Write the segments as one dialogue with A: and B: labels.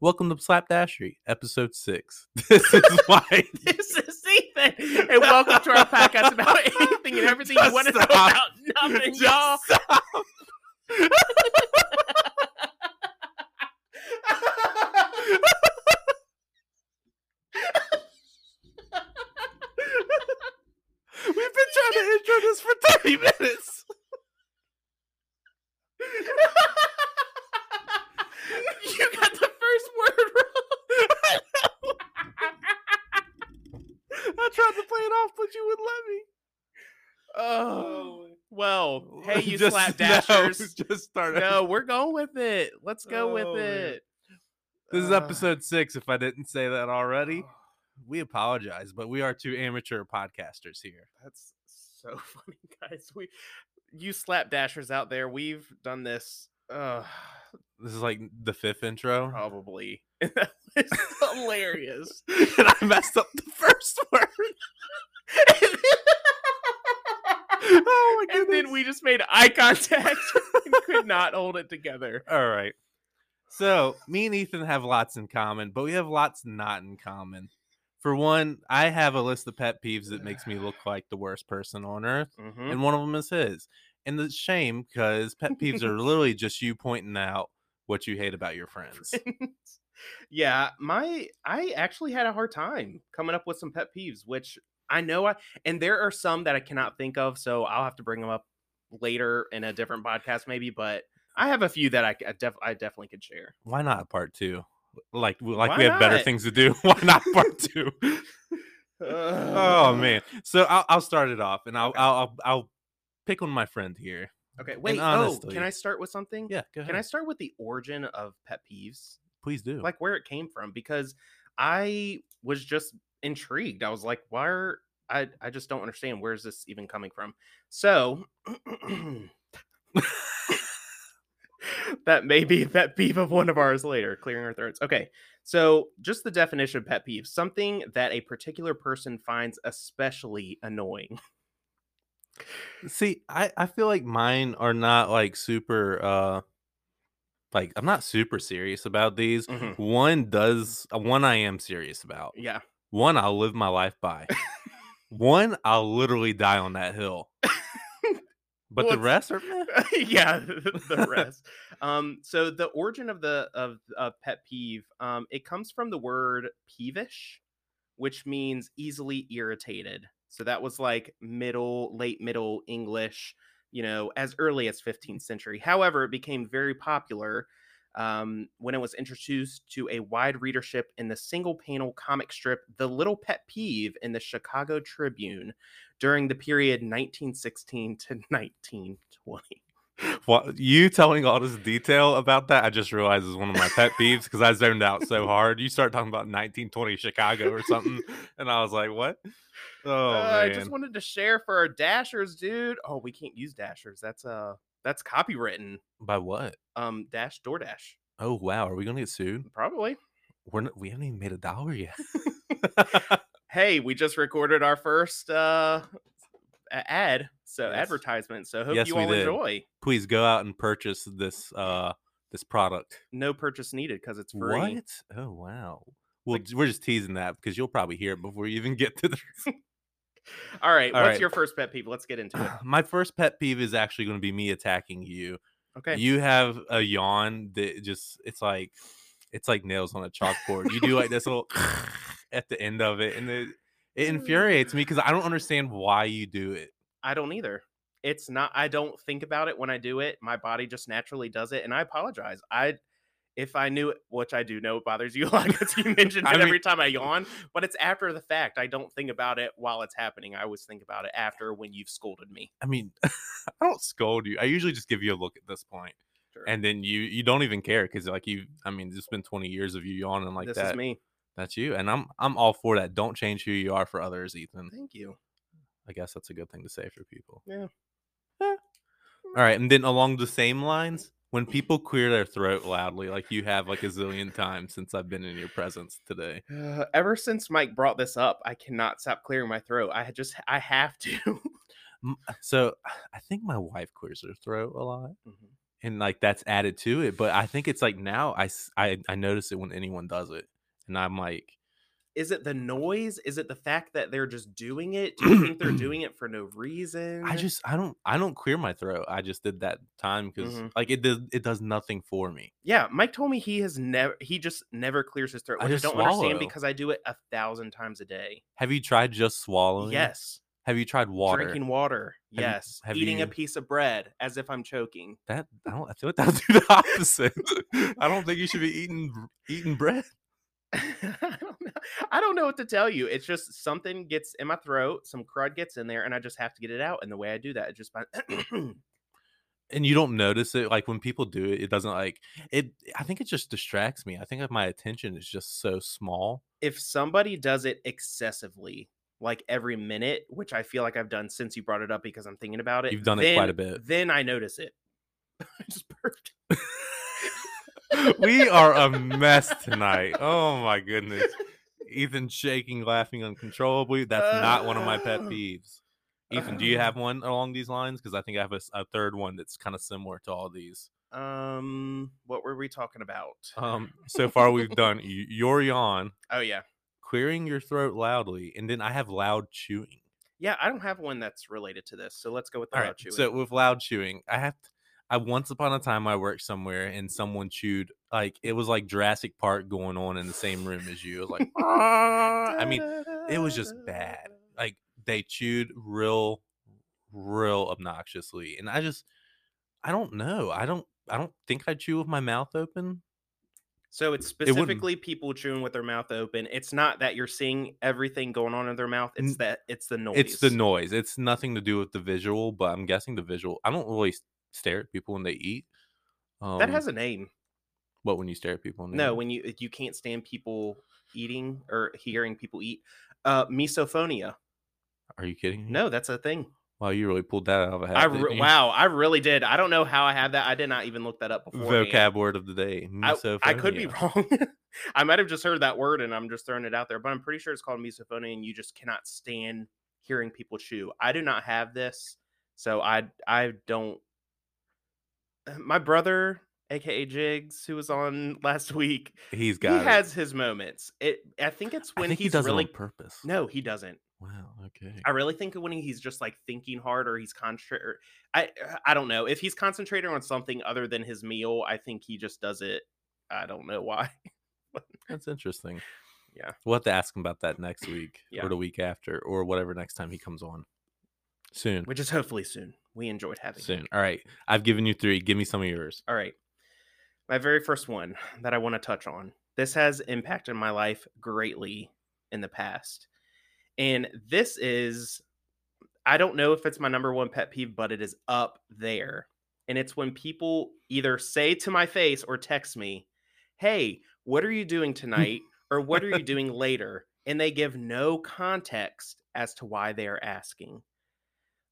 A: the Slapdashery, episode six. This is why.
B: this is Ethan, and welcome to our podcast about anything and everything you
A: Just
B: want to know
A: stop.
B: about nothing,
A: Just
B: y'all.
A: stop. We've been trying to intro this for 30 minutes.
B: you got the first word
A: I tried to play it off, but you wouldn't let me.
B: Oh, well, hey, you
A: Just-
B: slapdashers.
A: No, just start
B: No,
A: over.
B: we're going with it. Let's go
A: Oh,
B: with
A: man.
B: it.
A: This is
B: Uh,
A: episode six. If I didn't say that
B: Oh,
A: already, we apologize, but we are two amateur podcasters here.
B: That's so funny, guys. We, you slapdashers out there, we've done this uh,
A: This is like the fifth
B: Oh.
A: intro,
B: probably. it's hilarious.
A: and I messed up the first word. oh my
B: and
A: goodness!
B: then we just made eye contact and could not hold it together.
A: All right. So me and Ethan have lots in common, but we have lots not in common. For one, I have a list of pet peeves that makes me look like the worst person on earth.
B: Mm-hmm.
A: and one of them is his. And it's shame because pet peeves are literally just you pointing out what you hate about your friends.
B: yeah, my I actually had a hard time coming up with some pet peeves, which I know I and there are some that I cannot think of, so I'll have to bring them up later in a different podcast maybe, but I have a few that I c- I, def, I definitely could share.
A: Why not part two? Like, w- like
B: Why
A: we have better
B: not?
A: things to do. Why not part two? oh man! So I'll, I'll start it off, and I'll,
B: Okay.
A: I'll I'll I'll pick on my friend here.
B: Okay, wait. oh,
A: honestly-
B: can I start with something?
A: Yeah, go ahead.
B: Can I start with the origin of pet peeves?
A: Please do.
B: like where it came from because I was just intrigued. I was like, why are I, I just don't understand where is this even coming from? So that may be a pet peeve of one of ours later, clearing our throats. Okay. So just the definition of pet peeve, something that a particular person finds especially annoying.
A: See, I I feel like mine are not like super. uh Like I'm not super serious about these.
B: Mhm.
A: One does uh, one I am serious about.
B: Yeah.
A: One, I'll live my life by. One, I'll literally die on that hill. But
B: Well,
A: the
B: it's-
A: rest are meh.
B: yeah, the rest. um, so the origin of the of, of pet peeve, um, it comes from the word peevish, which means easily irritated. So that was like middle, late middle English, you know, as early as 15th century. However, it became very popular um, when it was introduced to a wide readership in the single panel comic strip The Little Pet Peeve in the Chicago Tribune during the period 1916 to 1920.
A: Wha- you telling all this detail about that, I just realized is one of my pet peeves because I zoned out so hard. You start talking about 1920 Chicago or something, and I was like, "What?" Oh
B: Uh,
A: man,
B: I just wanted to share for our dashers, dude. Oh, we can't use dashers. That's uh that's copywritten.
A: by what?
B: Um dash DoorDash.
A: Oh wow, are we gonna get sued?
B: Probably.
A: We're not, we haven't even made a dollar yet.
B: Hey, we just recorded our first uh a- ad, so
A: Yes.
B: advertisement. So hope
A: Yes,
B: you
A: we
B: all
A: did.
B: enjoy.
A: Please go out and purchase this uh this product.
B: No purchase needed because it's free.
A: What? Oh wow. Well, j- we're just teasing that because you'll probably hear it before you even get to the.
B: All right,
A: All
B: what's
A: right.
B: your first pet peeve? Let's get into it.
A: My first pet peeve is actually going to be me attacking you.
B: Okay.
A: You have a yawn that just it's like it's like nails on a chalkboard. You do like this little at the end of it, and it, it infuriates me because I don't understand why you do it.
B: I don't either. It's not I don't think about it when I do it. My body just naturally does it and I apologize. I if I knew it, which I do know it bothers you a lot because you mentioned it
A: I mean-
B: every time I yawn, but it's after the fact. I don't think about it while it's happening. I always think about it after when you've scolded me.
A: I mean, I don't scold you. I usually just give you a look at this point,
B: Sure.
A: and then you you don't even care because like you. I mean, it's been twenty years of you yawning like
B: this
A: that.
B: is me.
A: That's you, and I'm I'm all for that. Don't change who you are for others, Ethan.
B: Thank you.
A: I guess that's a good thing to say for people.
B: Yeah.
A: Eh. All right, and then along the same lines, when people clear their throat loudly, like you have like a zillion times since I've been in your presence today.
B: Uh, ever since Mike brought this up, I cannot stop clearing my throat. I just I have to.
A: Mm-hmm. M- So I think my wife clears her throat a lot, and like that's added to it. But I think it's like now I s- I, I notice it when anyone does it, and I'm like,
B: Is it the noise? Is it the fact that they're just doing it? Do you think they're doing it for no reason?
A: I just I don't I don't clear my throat. I just did that time because
B: Mhm.
A: like it does it does nothing for me.
B: yeah. Mike told me he has never he just never clears his throat,
A: I
B: which I,
A: just
B: don't
A: swallow.
B: understand because I do it a thousand times a day.
A: Have you tried just swallowing?
B: Yes,
A: Have you tried water?
B: drinking water.
A: Have you-
B: yes,
A: have
B: eating a
A: you-
B: piece of bread as if I'm choking.
A: That I don't. I feel like that'll do the opposite. I don't think you should be eating eating bread.
B: I don't know. I don't know what to tell you. It's just something gets in my throat, some crud gets in there, and I just have to get it out. And the way I do that is just by
A: and you don't notice it like when people do it it doesn't like it i think it just distracts me i think like my attention is just so small
B: if somebody does it excessively, like every minute, which I feel like I've done since you brought it up because I'm thinking about it.
A: You've done it quite a
B: then-
A: bit.
B: Then I notice it. I just burped.
A: we are a mess tonight oh my goodness ethan shaking laughing uncontrollably that's not one of my pet
B: Ugh.
A: peeves ethan do you
B: Ugh.
A: have one along these lines because i think i have a, s- a third one that's kind of similar to all these
B: Um, what were we talking about?
A: um so far we've done y- your yawn
B: Oh yeah,
A: clearing your throat loudly and then i have loud chewing
B: yeah. I don't have one that's related to this, so let's go with the
A: All
B: loud
A: right.
B: chewing.
A: So with loud chewing, I have t- I once upon a time I worked somewhere and someone chewed like it was like Jurassic Park going on in the same room as you. It was like "Ah," I mean, it was just bad. like they chewed real real obnoxiously and I just I don't know. I don't I don't think I chew with my mouth open.
B: So it's
A: wouldn't-
B: specifically people chewing with their mouth open. It's not that you're seeing everything going on in their mouth. It's
A: N-
B: that it's the noise.
A: It's the noise. It's nothing to do with the visual, but I'm guessing the visual. I don't really s- stare at people when they eat. Um,
B: That has a name.
A: what when you stare at people? when they
B: No,
A: eat?
B: when you you can't stand people eating or hearing people eat. Uh misophonia.
A: Mm. are you kidding? me?
B: No, that's a thing.
A: Wow, you really pulled that out of a hat.
B: I
A: didn't
B: re-
A: you?
B: wow, I really did. I don't know how I have that. I did not even look that up before.
A: Vocab word of the day.
B: I, I could be
A: misophonia.
B: wrong. I might have just heard that word and I'm just throwing it out there, but I'm pretty sure it's called misophonia and you just cannot stand hearing people chew. I do not have this, so I I don't Uh, my brother, aka Jigs, who was on last week,
A: He's
B: he
A: got. it.
B: has his moments. It I think it's
A: I
B: when
A: think he
B: he's
A: does
B: really
A: it on purpose.
B: no, he doesn't.
A: Wow. Okay.
B: I really think when he's just like thinking hard or he's concentrated. I uh, I don't know if he's concentrating on something other than his meal. I think he just does it. I don't know why.
A: That's interesting.
B: Yeah.
A: We'll have to ask him about that next week
B: Yeah.
A: or the week after or whatever next time he comes on. Soon.
B: Which is hopefully soon. We enjoyed having. him.
A: Soon. All right. I've given you three. Give me some of yours.
B: All right. My very first one that I want to touch on. This has impacted my life greatly in the past. And this is, I don't know if it's my number one pet peeve, but it is up there. And it's when people either say to my face or text me, Hey, what are you doing tonight? or what are you doing later? And they give no context as to why they are asking.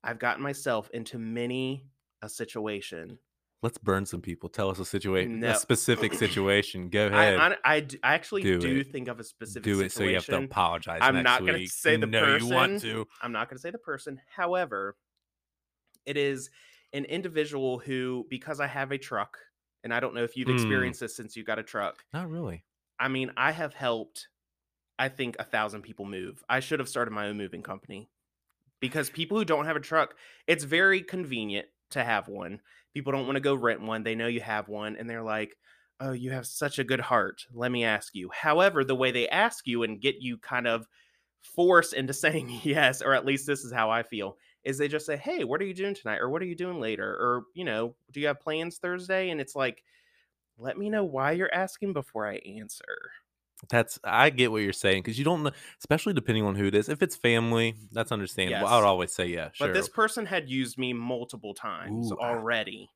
B: I've gotten myself into many a situation
A: Let's burn some people. Tell us a situation,
B: No.
A: a specific situation. Go ahead.
B: I, I, I, d- I actually
A: Do
B: do,
A: it.
B: think of a specific
A: do it so you have
B: situation.
A: to apologize.
B: I'm
A: next
B: not
A: week.
B: gonna say the
A: no, you want
B: person.
A: to.
B: I'm not going to say the person. However, it is an individual who, because I have a truck, and I don't know if you've
A: Hmm.
B: experienced this since you got a truck.
A: Not really.
B: I mean, I have helped, I think, a thousand people move. I should have started my own moving company because people who don't have a truck, it's very convenient to have one. People don't want to go rent one. They know you have one and they're like, oh, you have such a good heart. Let me ask you. However, the way they ask you and get you kind of forced into saying yes, or at least this is how I feel, is they just say, hey, what are you doing tonight? Or what are you doing later? Or, you know, do you have plans Thursday? And it's like, let me know why you're asking before I answer.
A: That's I get what you're saying because you don't know, especially depending on who it is. If it's family, that's understandable. I would
B: Yes.
A: always say yeah, sure.
B: But this person had used me multiple times
A: Ooh, I-
B: already.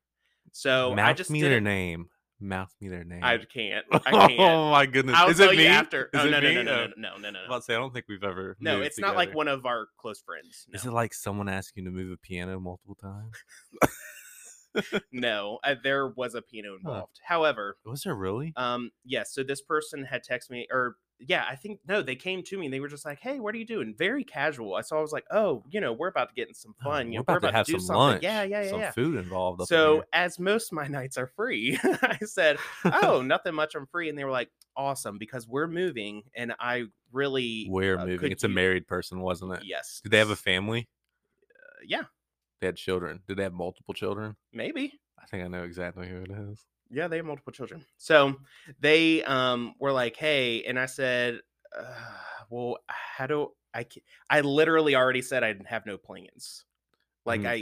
B: So
A: mouth
B: I just
A: me their
B: didn't,
A: name. Mouth me their name.
B: I can't. I can't.
A: oh my goodness!
B: I'll
A: is
B: tell
A: it me?
B: you after.
A: Is
B: oh,
A: it
B: no, no,
A: me?
B: no, no,
A: Oh,
B: no, no, no,
A: I was
B: no,
A: about to say I don't think we've ever.
B: no.
A: moved
B: it's not like
A: together.
B: one of our close friends.
A: Is
B: no.
A: it like someone asking you to move a piano multiple times?
B: no, uh, there was a piano involved. However,
A: Was there really?
B: um, yes. So this person had texted me or yeah, I think no, they came to me and they were just like, "Hey, what are you doing?" Very casual. I saw. I was like, "Oh, you know, we're about to get in some
A: Oh,
B: fun. you
A: we're
B: know,
A: about to have
B: do
A: some
B: something.
A: lunch.
B: Yeah, yeah, yeah.
A: Some
B: yeah.
A: food involved. Up
B: So, as most of my nights are free, I said,
A: in here.
B: "Oh, nothing much. I'm free." And they were like, "Awesome, because we're moving, and I really
A: we're
B: uh,
A: moving.
B: could
A: It's a
B: use-
A: married person, wasn't it?
B: Yes. uh,
A: Did they have a family?
B: yeah,
A: They had children. Did they have multiple children?
B: maybe.
A: I think I know exactly who it is.
B: Yeah, they have multiple children. So they um were like, "Hey," and I said, uh, "Well, how do I?" ca- I literally already said I didn't have no plans. Like
A: Mm.
B: I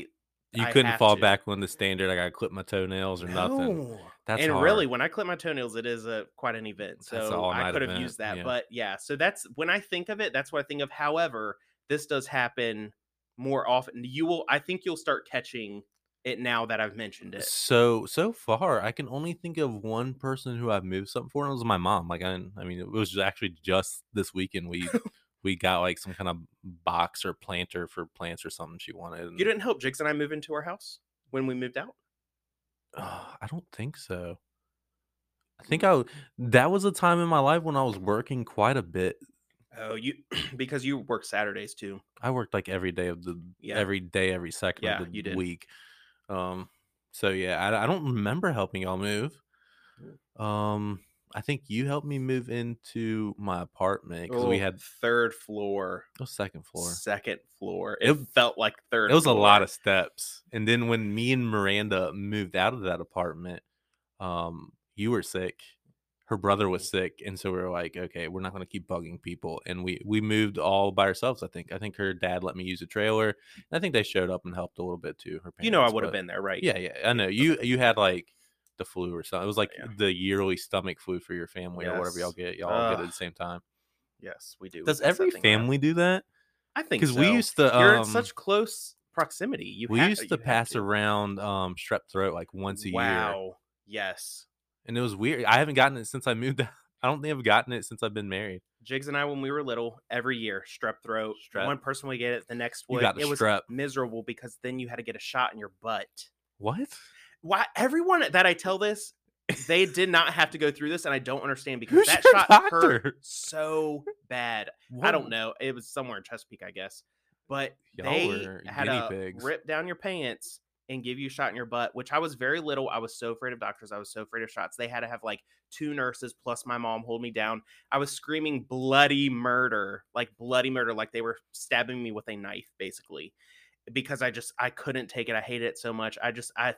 A: You
B: I
A: couldn't
B: have
A: fall
B: to.
A: back on the standard. I got to clip my toenails or nothing.
B: No.
A: That's
B: and
A: hard.
B: really, when I clip my toenails, it is a quite an event.
A: That's a
B: So I
A: all-night
B: could have
A: event,
B: used that,
A: yeah.
B: but yeah. So that's when I think of it. That's what I think of. However, this does happen more often. You will. I think you'll start catching it now that I've mentioned it.
A: So so far, I can only think of one person who I've moved something for, and it was my mom. Like I, didn't- I mean, it was just actually just this weekend we we got like some kind of box or planter for plants or something she wanted. and-
B: You didn't help Jigs and I move into our house when we moved out.
A: Uh, I don't think so. I think I
B: Mm.
A: w- that was a time in my life when I was working quite a bit.
B: Oh, you because you work Saturdays too.
A: I worked like every day of the
B: Yeah.
A: every day, every second
B: Yeah,
A: of the
B: you did.
A: week. Um, so yeah, I, I don't remember helping y'all move.
B: Mm.
A: Um, I think you helped me move into my apartment because we
B: Oh,
A: had
B: third floor,
A: the second floor.
B: second floor. It,
A: It-
B: felt like third.
A: It was a lot
B: floor.
A: of steps. And then when me and Miranda moved out of that apartment, um, you were sick. Her brother was
B: Mm-hmm.
A: sick, and so we were like, okay, we're not gonna keep bugging people. And we we moved all by ourselves. I think. I think her dad let me use a trailer. And I think they showed up and helped a little bit too. Her parents,
B: You know, I would have
A: but-
B: been there, right? Oh,
A: Yeah, yeah. I know you you had like the flu or something. It was like
B: Yeah.
A: the yearly stomach flu for your family or whatever y'all
B: Yes.
A: get. Y'all all get it at
B: Ugh.
A: the same time.
B: Yes, we do. We
A: Does
B: mess that
A: every
B: thing up.
A: family do that?
B: I think
A: Because
B: because
A: we used to.
B: You're in
A: um,
B: such close proximity. You
A: we
B: ha-
A: used
B: you
A: to
B: have
A: pass
B: to.
A: around um strep throat like once a year
B: Wow. Yes.
A: and it was weird i haven't gotten it since i moved out i don't think i've gotten it since i've been married
B: Jigs and I, when we were little, every year strep throat.
A: Strep.
B: One person would get it, the next
A: You
B: would.
A: got the
B: it was
A: strep.
B: miserable because then you had to get a shot in your butt.
A: what
B: Why everyone that I tell this, they did not have to go through this, and I don't understand because
A: Who's
B: that
A: your
B: shot hurt
A: doctor?
B: so bad. I
A: What-
B: don't know. It was somewhere in Chesapeake, I guess. But
A: Y'all
B: they
A: were
B: had
A: guinea
B: to
A: pigs.
B: rip down your pants and give you a shot in your butt, which I was very little. I was so afraid of doctors. I was so afraid of shots. They had to have like two nurses plus my mom hold me down. I was screaming bloody murder, like bloody murder, like they were stabbing me with a knife, basically, because I just I couldn't take it. I hated it so much. I just I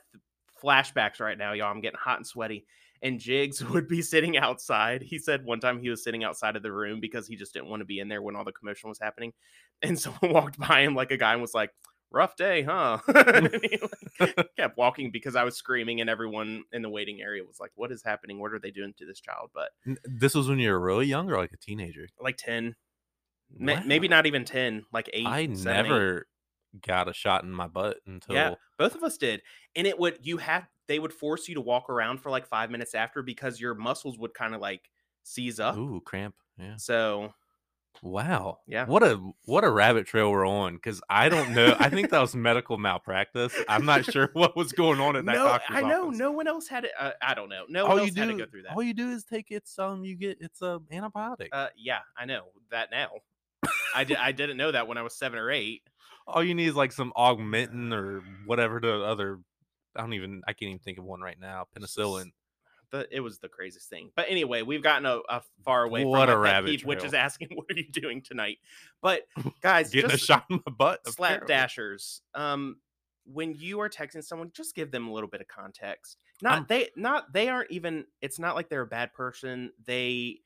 B: flashbacks right now, y'all. I'm getting hot and sweaty and Jigs would be sitting outside. He said one time he was sitting outside of the room because he just didn't want to be in there when all the commotion was happening. And someone walked by him like a guy and was like, "Rough day, huh?" and he like, kept walking because I was screaming and everyone in the waiting area was like, "What is happening? What are they doing to this child?" But
A: N- this was when you were really young or like a teenager
B: like 10, ma-
A: Wow.
B: maybe not even 10, like 8.
A: i
B: seven, eight.
A: never got a shot in my butt until
B: Both of us did. And it would you had they would force you to walk around for like 5 minutes after because your muscles would kind of like seize up.
A: ooh cramp yeah
B: So
A: wow
B: Yeah.
A: what a what a rabbit trail we're on because i don't know i think that was medical malpractice i'm not sure what was going on at that
B: no,
A: doctor's
B: I know
A: office.
B: no one else had it. Uh, I don't know. No
A: all
B: one
A: you
B: else
A: do Oh,
B: had to go through that.
A: all you do is take its um you get it's a antibiotic
B: uh, yeah, I know that now. I did. I didn't know that when I was seven or eight.
A: all you need is like some augmentin or whatever the other i don't even i can't even think of one right now penicillin
B: But it was the craziest thing. But anyway, we've gotten a, a far away
A: What
B: from my
A: a
B: pet
A: rabbit
B: peeve, which is
A: trail.
B: asking, "What are you doing tonight?" But guys,
A: getting a
B: just
A: shot in my butt apparently.
B: slapdashers. Um, when you are texting someone, just give them a little bit of context. Not
A: I'm-
B: they. Not they aren't even. It's not like they're a bad person. They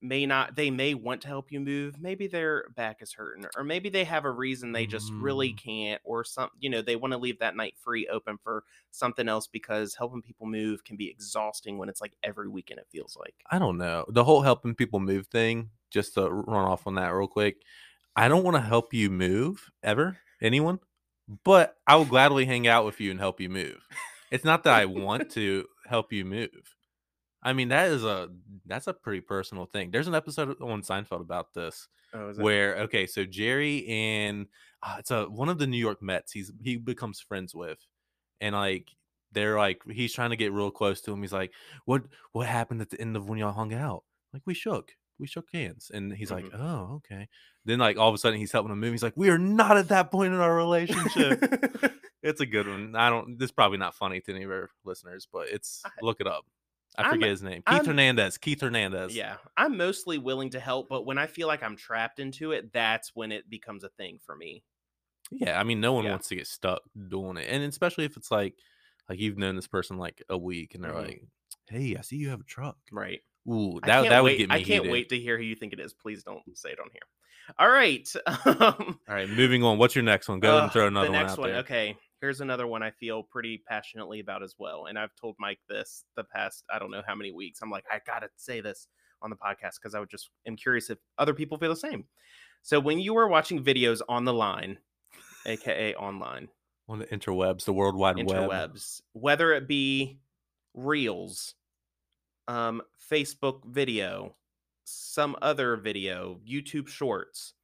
B: may not. They may want to help you move. Maybe their back is hurting, or maybe they have a reason they just really
A: Mm.
B: can't, or some. You know, they want to leave that night free open for something else because helping people move can be exhausting when it's like every weekend. It feels like.
A: i don't know the whole helping people move thing just to run off on that real quick i don't want to help you move ever anyone but i will gladly hang out with you and help you move it's not that i want to help you move i mean that is a that's a pretty personal thing there's an episode on seinfeld about this
B: Oh, is
A: where okay, so Jerry and uh, it's a one of the New York Mets. He's he becomes friends with, and like they're like he's trying to get real close to him. He's like, "What what happened at the end of when y'all hung out? Like we shook. we shook hands, and he's like,
B: Mhm.
A: oh, okay. Then like all of a sudden he's helping him move. He's like, we are not at that point in our relationship. it's a good one. I don't. This is probably not funny to any of our listeners, but it's
B: I-
A: look it up. I
B: I'm-
A: forget his name. Keith
B: I'm-
A: Hernandez. Keith Hernandez.
B: yeah, I'm mostly willing to help, but when I feel like I'm trapped into it, that's when it becomes a thing for me.
A: Yeah, I mean, no one
B: Yeah.
A: wants to get stuck doing it, and especially if it's like, like you've known this person like a week, and they're
B: Mhm.
A: like, "Hey, I see you have a truck."
B: Right.
A: Ooh,
B: I
A: that
B: can't
A: that
B: wait.
A: would get me.
B: I can't
A: heated.
B: wait to hear who you think it is. Please don't say it on here. All right. Um,
A: All right, moving on. What's your next one? Go ahead
B: Ugh,
A: and throw another
B: the next
A: one out there.
B: Okay, here's another one I feel pretty passionately about as well, and I've told Mike this the past I don't know how many weeks. I'm like, I gotta say this on the podcast because I would just am curious if other people feel the same. So when you were watching videos on the line, aka online
A: On the interwebs, the World Wide Web.
B: interwebs, whether it be Reels, um, Facebook video, some other video, YouTube Shorts.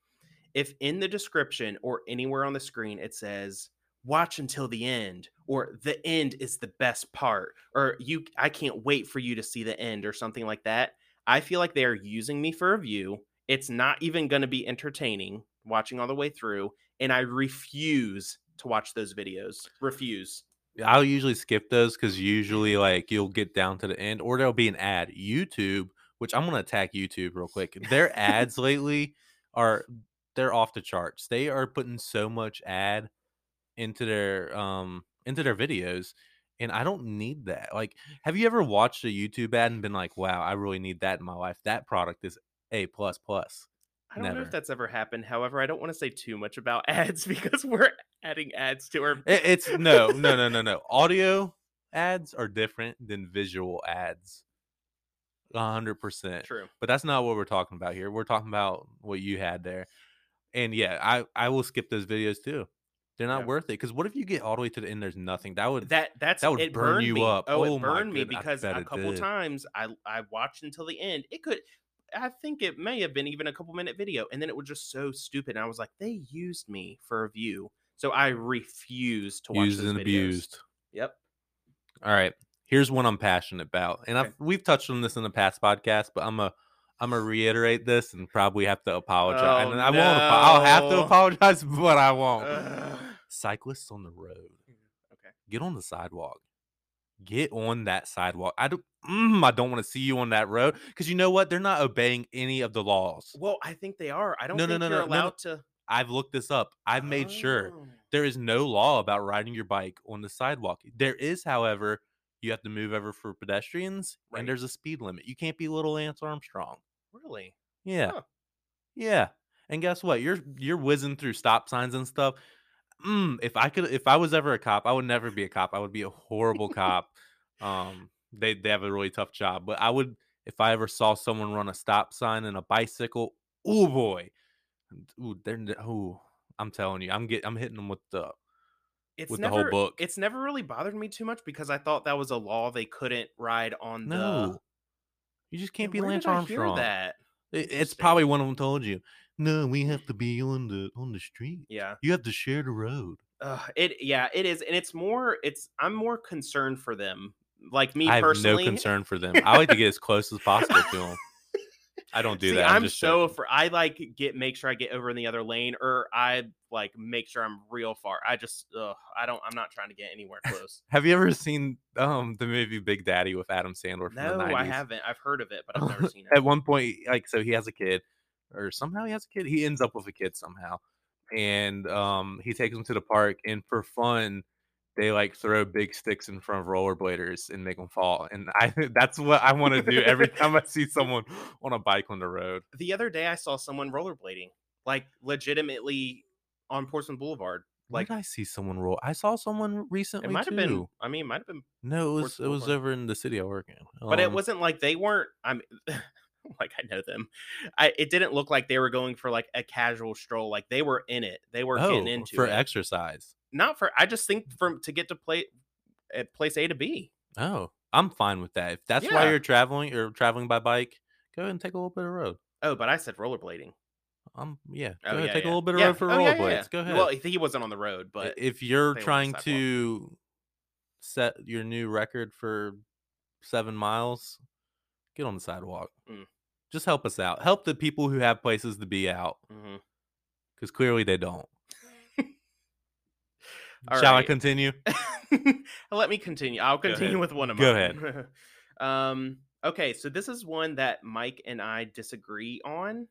B: If in the description or anywhere on the screen it says "watch until the end" or "the end is the best part" or "you, I can't wait for you to see the end" or something like that, I feel like they are using me for a view. It's not even going to be entertaining watching all the way through, and I refuse to watch those videos. Refuse.
A: I'll usually skip those because usually like you'll get down to the end, or there'll be an ad. YouTube, which I'm gonna attack YouTube real quick. Their ads lately are they're off the charts. They are putting so much ad into their um into their videos. And I don't need that. Like, have you ever watched a YouTube ad and been like, "Wow, I really need that in my life. That product is a plus plus."
B: I don't know
A: Never.
B: if that's ever happened. However, I don't want to say too much about ads because we're adding ads to our.
A: It, it's no, no, no, no, no. Audio ads are different than visual ads. A hundred percent.
B: True.
A: But that's not what we're talking about here. We're talking about what you had there. And yeah, I I will skip those videos too. They're not
B: Yeah.
A: worth it. Because what if you get all the way to the end? There's nothing. That would.
B: That that's
A: That would
B: it
A: burn
B: burned
A: you
B: me.
A: up.
B: Oh,
A: Oh
B: it
A: my
B: burned me
A: goodness, I
B: because
A: bet
B: a
A: it
B: couple
A: did.
B: times I I watched until the end. It could. I think it may have been even a couple minute video, and then it was just so stupid. And I was like, they used me for a view, so I refuse to watch
A: used
B: those
A: and
B: videos.
A: abused.
B: Yep.
A: All right. Here's one I'm passionate about, and I've, we've touched on this in the past podcast, but I'm a I'm gonna reiterate this and probably have to apologize.
B: Oh,
A: and I won't. apo- I'll have
B: no.
A: to apologize, but I won't.
B: Ugh.
A: cyclists on the road.
B: Mm-hmm. Okay.
A: Get on the sidewalk. Get on that sidewalk. I don't. Mm, I don't want to see you on that road because you know what? They're not obeying any of the laws.
B: Well, I think they are. I don't
A: No, no,
B: think
A: no,
B: you're
A: no, no, no.
B: allowed to.
A: I've looked this up. I've made sure
B: Oh.
A: there is no law about riding your bike on the sidewalk. There is, however, you have to move over for pedestrians,
B: Right.
A: and there's a speed limit. You can't be little Lance Armstrong.
B: Really?
A: Yeah.
B: Huh.
A: Yeah. And guess what? You're you're whizzing through stop signs and stuff. Mm, if I could if I was ever a cop, I would never be a cop. I would be a horrible cop. Um they they have a really tough job, but I would if I ever saw someone run a stop sign and a bicycle, oh boy. Ooh, they're oh, I'm telling you. I'm get I'm hitting them with the
B: It's
A: with the
B: never,
A: whole book.
B: It's never really bothered me too much because I thought that was a law they couldn't ride on
A: no.
B: the.
A: You just can't
B: Man,
A: be
B: uh, where
A: Lance
B: did I hear
A: Armstrong.
B: that.
A: It- It's
B: Interesting.
A: probably one of them told you. No, we have to be on the on the street.
B: Yeah.
A: You have to share the road.
B: Ugh, it yeah, it is and it's more it's I'm more concerned for them. Like me
A: I have
B: personally.
A: no concern for them. I like to get as close as possible to them. I don't do
B: See,
A: that.
B: I'm,
A: just
B: so
A: joking.
B: afraid. I like get make sure I get over in the other lane, or I like make sure I'm real far. I just, ugh, I don't. I'm not trying to get anywhere close.
A: Have you ever seen um the movie Big Daddy with Adam Sandler from
B: no,
A: the 90s?
B: I haven't. I've heard of it, but I've never seen it.
A: At one point, like so he has a kid, or somehow he has a kid. He ends up with a kid somehow. And um he takes him to the park and for fun they like throw big sticks in front of rollerbladers and make them fall. And I that's what I want to do every time I see someone on a bike on the road.
B: the other day I saw someone rollerblading, like legitimately on Portsmouth Boulevard.
A: Like
B: Like
A: I see someone roll. I saw someone recently.
B: it might have
A: too.
B: been. I mean, it might have been,
A: No, it was
B: Portsmouth
A: it was
B: Boulevard.
A: over in the city I work in.
B: but it
A: Um,
B: wasn't like they weren't. I'm like I know them. I it didn't look like they were going for like a casual stroll. Like they were in it. They were
A: oh,
B: getting into
A: for
B: it.
A: exercise.
B: Not for. I just think from to get to play at place A to B.
A: Oh, I'm fine with that. If that's why
B: Yeah.
A: you're traveling or traveling by bike, go ahead and take a little bit of road.
B: Oh, but I said rollerblading.
A: Um, yeah, go
B: Oh,
A: ahead,
B: yeah,
A: take
B: yeah.
A: a little bit of
B: Yeah.
A: road for
B: Oh, yeah,
A: rollerblades.
B: yeah, yeah.
A: Go ahead.
B: Well, he he wasn't on the road,
A: I-
B: but
A: if you're
B: they want the
A: trying
B: sidewalk.
A: to set your new record for seven miles, get on the sidewalk.
B: Mm.
A: Just help us out. Help the people who have places to be out
B: Mhm.
A: because clearly they don't.
B: All
A: Shall I
B: right.
A: continue?
B: Let me continue. I'll
A: Go ahead.
B: continue with one of
A: Go
B: mine. ahead. um, okay, so this is one that Mike and I disagree on,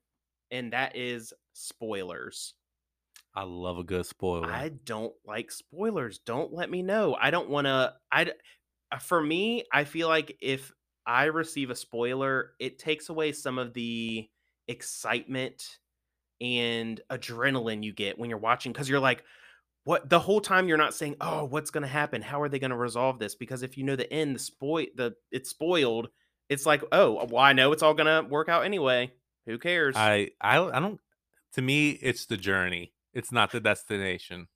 B: and that is spoilers.
A: I love a good spoiler.
B: I don't like spoilers. Don't let me know. I don't want to. I d- uh, for me, I feel like if I receive a spoiler, it takes away some of the excitement and adrenaline you get when you're watching because you're like, what the whole time you're not saying, oh, what's going to happen? How are they going to resolve this? Because if you know the end, the spoil the it's spoiled. It's like, oh, well, I know it's all going to work out anyway. Who cares?
A: I, I I don't. To me, it's the journey. It's not the destination.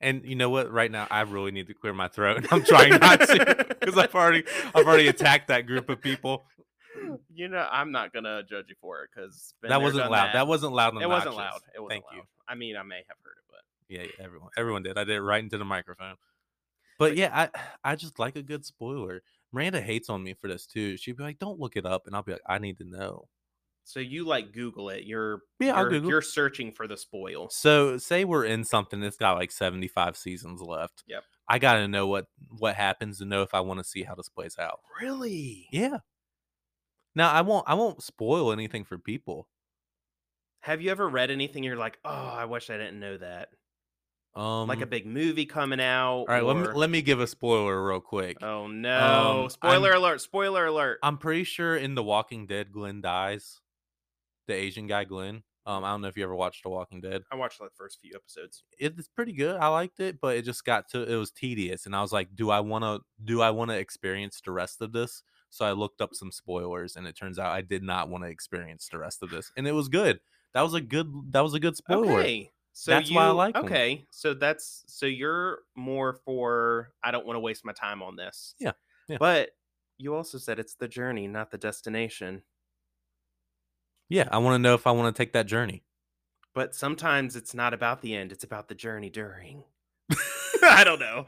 A: and you know what? Right now, I really need to clear my throat. and I'm trying not to because I've already I've already attacked that group of people.
B: you know, I'm not gonna judge you for it because
A: that wasn't loud. That. wasn't loud. and
B: it wasn't
A: obnoxious.
B: loud. It wasn't
A: Thank
B: loud.
A: you.
B: I mean, I may have heard it, but
A: Yeah, yeah, everyone, everyone did. I did it right into the microphone. But yeah, I I just like a good spoiler. Miranda hates on me for this too. She'd be like, "Don't look it up," and I'll be like, "I need to know."
B: so you like Google it. You're
A: Yeah, I'll
B: you're,
A: Google.
B: you're searching for the spoils.
A: So, say we're in something that's got like seventy five seasons left.
B: Yep.
A: I gotta know what what happens to know if I want to see how this plays out.
B: Really?
A: Yeah. Now I won't I won't spoil anything for people.
B: Have you ever read anything? You're like, oh, I wish I didn't know that.
A: Um,
B: like a big movie coming
A: All
B: out.
A: right, let me
B: or-
A: let me give a spoiler real quick.
B: Oh no!
A: I'm-
B: spoiler alert! Spoiler alert!
A: I'm pretty sure in The Walking Dead, Glenn dies. The Asian guy, Glenn. Um, I don't know if you ever watched The Walking Dead.
B: I watched the first few episodes.
A: It's pretty good. I liked it, but it just got to it was tedious, and I was like, "Do I want to? Do I want to experience the rest of this?" So I looked up some spoilers, and it turns out I did not want to experience the rest of this, and it was good. That was a good. That was a good spoiler.
B: Okay. So
A: That's
B: you,
A: why I like 'em.
B: Okay, so that's so you're more for I don't want to waste my time on this.
A: Yeah, yeah.
B: But you also said it's the journey, not the destination.
A: Yeah, I want to know if I want to take that journey.
B: But sometimes it's not about the end; it's about the journey during. I don't know.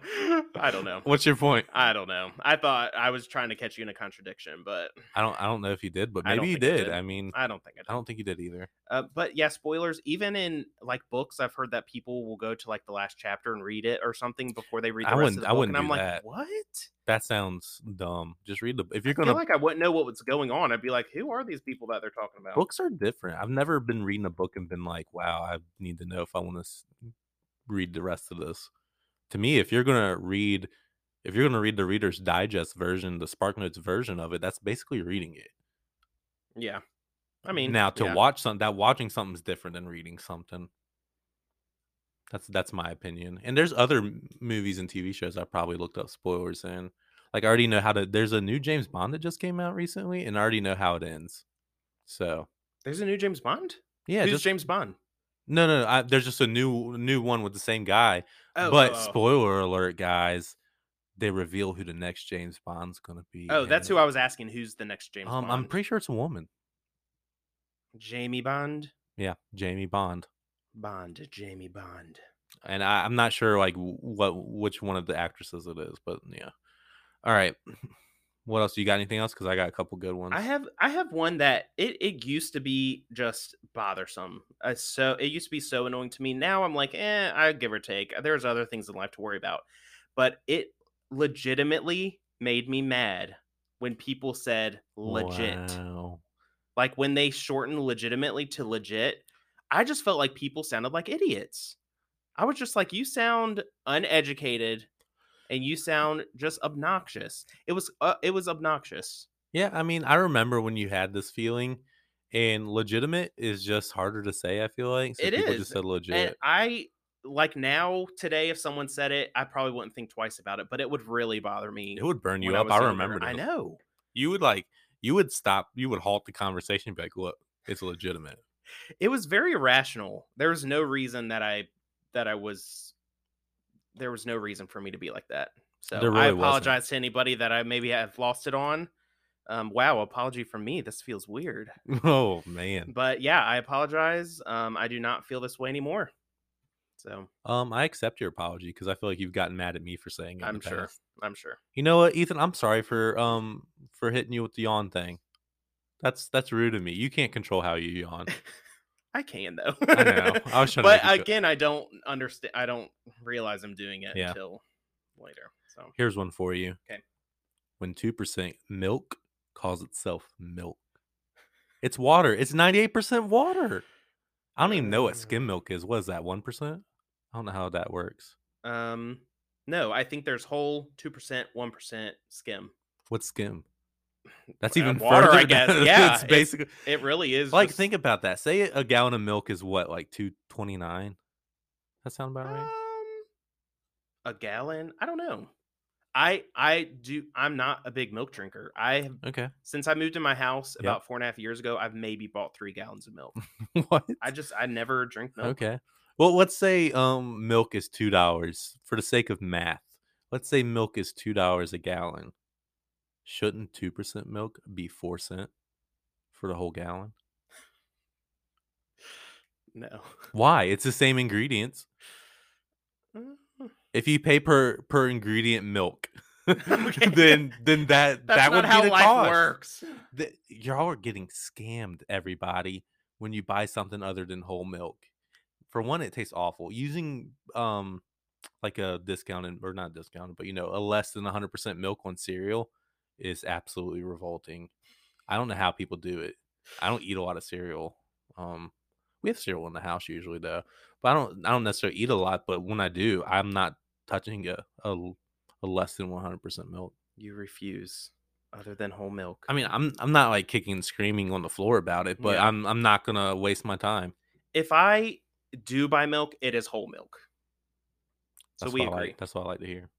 B: I don't know.
A: What's your point?
B: I don't know. I thought I was trying to catch you in a contradiction, but
A: I don't. I don't know if you did, but
B: I don't
A: maybe you
B: think I
A: did.
B: did.
A: I mean,
B: I don't think I
A: I don't think you did either.
B: Uh, but yeah, spoilers. Even in like books, I've heard that people will go to like the last chapter and read it or something before they read the
A: I
B: rest
A: wouldn't-
B: of the
A: I
B: book.
A: wouldn't
B: and I'm
A: do
B: like,
A: that.
B: what?
A: That sounds dumb. Just read the. If you're
B: I
A: gonna
B: feel like I wouldn't know what was going on. I'd be like, who are these people that they're talking about?
A: books are different. I've never been reading a book and been like, wow, I need to know if I want to read the rest of this. To me, if you're going to read if you're going to read the reader's digest version, the SparkNotes version of it, that's basically reading it.
B: Yeah, I mean,
A: now to
B: yeah.
A: watch something, that watching something's different than reading something. That's that's my opinion. And there's other m- movies and TV shows I probably looked up spoilers in. Like I already know how to there's a new James Bond that just came out recently and I already know how it ends. So,
B: There's a new James Bond.
A: yeah,
B: Who's
A: just
B: James Bond?
A: No, no, I, there's just a new new one with the same guy.
B: Oh,
A: but
B: oh, oh.
A: spoiler alert, guys, they reveal who the next James Bond's gonna be.
B: Oh, that's who I was asking. Who's the next James
A: Um,
B: Bond?
A: I'm pretty sure it's a woman.
B: Jamie Bond.
A: Yeah, Jamie Bond,
B: Bond. Jamie Bond.
A: and I, I'm not sure like wh- what which one of the actresses it is, but yeah. All right, what else? You got anything else? Because I got a couple good ones.
B: I have I have one that it it used to be just bothersome. Uh, so it used to be so annoying to me. Now I'm like, eh, I give or take. There's other things in life to worry about, but it legitimately made me mad when people said legit,
A: Wow.
B: like when they shortened legitimately to legit. I just felt like people sounded like idiots. I was just like, you sound uneducated, and you sound just obnoxious. It was uh, it was obnoxious.
A: Yeah, I mean, I remember when you had this feeling, and legitimate is just harder to say. I feel like so
B: It
A: people
B: is,
A: just said legit.
B: And I like now today, if someone said it, I probably wouldn't think twice about it, but it would really bother me.
A: it would burn you
B: when
A: up.
B: was
A: I
B: younger.
A: remember.
B: I
A: those.
B: know.
A: you would like you would stop you would halt the conversation and be like look it's legitimate
B: It was very irrational. There was no reason that I that I was there was no reason for me to be like that. So
A: There
B: I
A: really wasn't.
B: apologize to anybody that I maybe have lost it on. Um, wow, apology from me. This feels weird.
A: oh man
B: But yeah, I apologize. Um, I do not feel this way anymore. So
A: um i accept your apology because i feel like you've gotten mad at me for saying it in
B: I'm
A: the
B: sure.
A: past.
B: I'm sure.
A: you know what ethan i'm sorry for um for hitting you with the yawn thing That's that's rude of me. You can't control how you yawn.
B: I can though.
A: I know. I was trying
B: but
A: to. make you feel-
B: again, I don't understand. I don't realize I'm doing it
A: Yeah.
B: until later. So
A: Here's one for you.
B: Okay.
A: When two percent milk calls itself milk, it's water. It's ninety eight percent water. I don't even know what
B: Uh.
A: skim milk is. What is that? One percent? I don't know how that works.
B: Um, no, I think there's whole two percent, one percent skim.
A: What's skim? That's
B: Uh,
A: even
B: water, I
A: further
B: guess.
A: down.
B: Yeah,
A: it's
B: it's
A: basically
B: It really is
A: like
B: just-
A: think about that. Say a gallon of milk is what, like two twenty nine. That sound about
B: um,
A: right?
B: a gallon. I don't know. I I do. I'm not a big milk drinker. I have
A: Okay.
B: since I moved to my house
A: Yep.
B: about four and a half years ago. I've maybe bought three gallons of milk.
A: what?
B: I just I never drink milk.
A: Okay. Well, let's say um milk is two dollars for the sake of math. Let's say milk is two dollars a gallon. Shouldn't two percent milk be four cent for the whole gallon?
B: No.
A: Why? It's the same ingredients.
B: Mm.
A: If you pay per per ingredient milk,
B: Okay.
A: then then that
B: That's
A: that
B: not
A: would
B: how
A: be the
B: life
A: cost.
B: works.
A: Th- y'all are getting scammed, everybody, when you buy something other than whole milk. For one, it tastes awful. Using um like a discounted or not discounted, but you know, a less than 100% milk on cereal is absolutely revolting. I don't know how people do it. I don't eat a lot of cereal. Um we have cereal in the house usually though. But I don't I don't necessarily eat a lot, but when I do, I'm not touching a a, l- a less than 100% milk.
B: You refuse, other than whole milk.
A: I mean, I'm I'm not like kicking and screaming on the floor about it, but
B: Yeah.
A: I'm I'm not gonna waste my time.
B: if I do buy milk, it is whole milk. So
A: That's
B: we
A: what I
B: agree.
A: like- that's what I like to hear.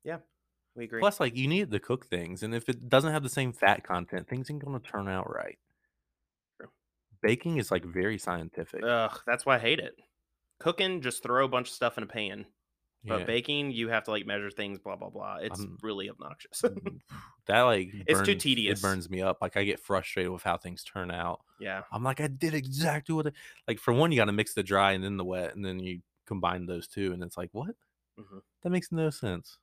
B: We agree.
A: Plus, like you need it to cook things, and if it doesn't have the same fat content, things ain't gonna turn out right.
B: True. Uh,
A: Baking is like very scientific.
B: Ugh, that's why I hate it. Cooking, just throw a bunch of stuff in a pan. But
A: Yeah.
B: baking, you have to like measure things, blah blah blah. It's
A: I'm-
B: really obnoxious. Mm-hmm.
A: Mm, that like
B: too
A: burns-
B: tedious.
A: It burns me up. Like I get frustrated with how things turn out.
B: yeah,
A: I'm like, I did exactly what. I, like for one, you got to mix the dry and then the wet, and then you combine those two, and it's like, what?
B: Mhm.
A: That makes no sense.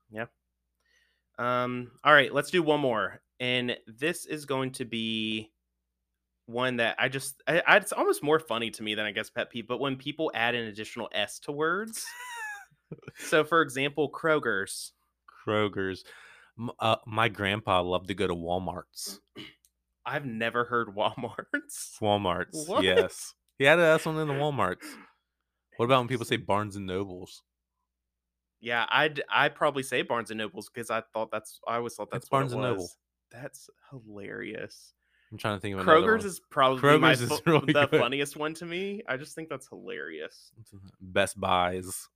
B: Um, all right, let's do one more. And this is going to be one that I just, I, I, it's almost more funny to me than I guess pet peeve, but when people add an additional S to words. so, for example, Kroger's.
A: Kroger's. M- Uh, my grandpa loved to go to Walmart's.
B: I've never heard Walmart's.
A: Walmart's,
B: What?
A: yes. He had an S on in the Walmart's. What about when people say Barnes and Nobles?
B: Yeah, I'd, I probably say Barnes and Nobles because I thought that's, I always thought that's
A: It's
B: what
A: Barnes
B: it
A: and Noble.
B: was. That's hilarious.
A: I'm trying to think of another
B: Kroger's
A: one.
B: is probably my
A: Kroger's is
B: fu-
A: really
B: the
A: good.
B: funniest one to me. I just think that's hilarious.
A: Best Buys,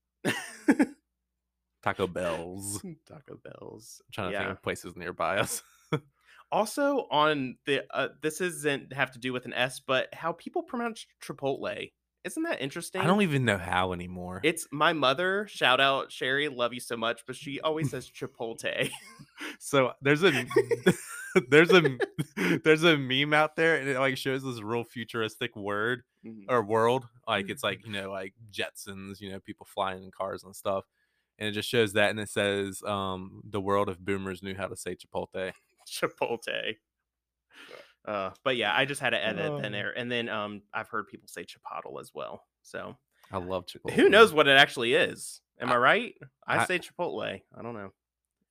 A: Taco Bell's. I'm
B: Taco Bell's.
A: trying to
B: Yeah.
A: think of places nearby us.
B: Also on the uh, this isn't have to do with an S, but how people pronounce Chipotle. Isn't that interesting?
A: I don't e even know how anymore.
B: It's my mother. Shout out Sherry, love you so much, but she always says Chipotle.
A: so there's a there's a there's a meme out there and it like shows this real futuristic word or world. Like
B: Mm-hmm.
A: it's like, you know, like Jetsons, you know, people flying in cars and stuff. And it just shows that and it says, um, the world if boomers knew how to say Chipotle.
B: Chipotle. Uh, but yeah, I just had to edit in
A: Oh.
B: there, and then um, I've heard people say Chipotle as well. So
A: I love Chipotle.
B: who knows what it actually is? Am I,
A: Oh. I-
B: right? I,
A: I-
B: say Chipotle. I don't know.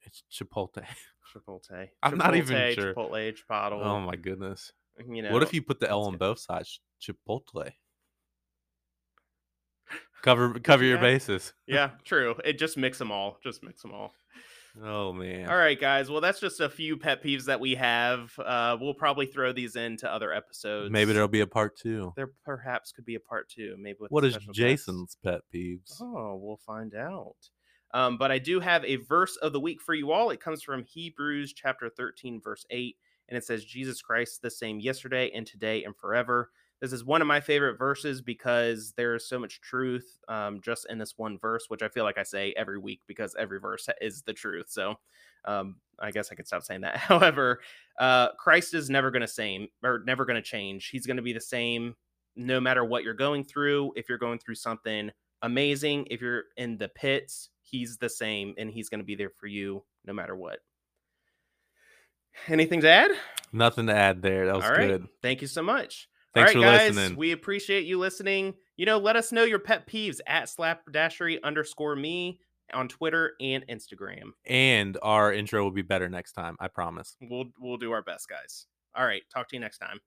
A: It's Chipotle.
B: Chipotle.
A: I'm not even
B: Chipotle,
A: sure.
B: Chipotle, Chipotle.
A: Oh my goodness.
B: you know.
A: what if you put the L
B: that's
A: on
B: good.
A: both sides? Chipotle. Cover cover your
B: Yeah.
A: bases.
B: yeah, true. It just mix them all. Just mix them all.
A: Oh man.
B: All right, guys. Well, that's just a few pet peeves that we have. Uh, we'll probably throw these into other episodes.
A: Maybe there'll be a part two.
B: there perhaps could be a part two. Maybe with
A: What is
B: special guests.
A: Jason's pet peeves?
B: Oh, we'll find out. Um, but I do have a verse of the week for you all. It comes from Hebrews chapter 13, verse 8, and it says, Jesus Christ the same yesterday and today and forever. This is one of my favorite verses because there is so much truth um, just in this one verse, which I feel like I say every week because every verse ha- is the truth. So um, I guess I could stop saying that. However, uh, Christ is never going to same or never going to change. He's going to be the same no matter what you're going through. If you're going through something amazing. If you're in the pits, he's the same and he's going to be there for you no matter what. Anything to add?
A: Nothing to add there. That was
B: All right.
A: good.
B: Thank you so much.
A: Thanks
B: All
A: for
B: right, guys,
A: listening.
B: we appreciate you listening. You know, let us know your pet peeves at slapdashery underscore me on Twitter and Instagram.
A: and our intro will be better next time. I promise.
B: We'll we'll do our best, guys. All right, talk to you next time.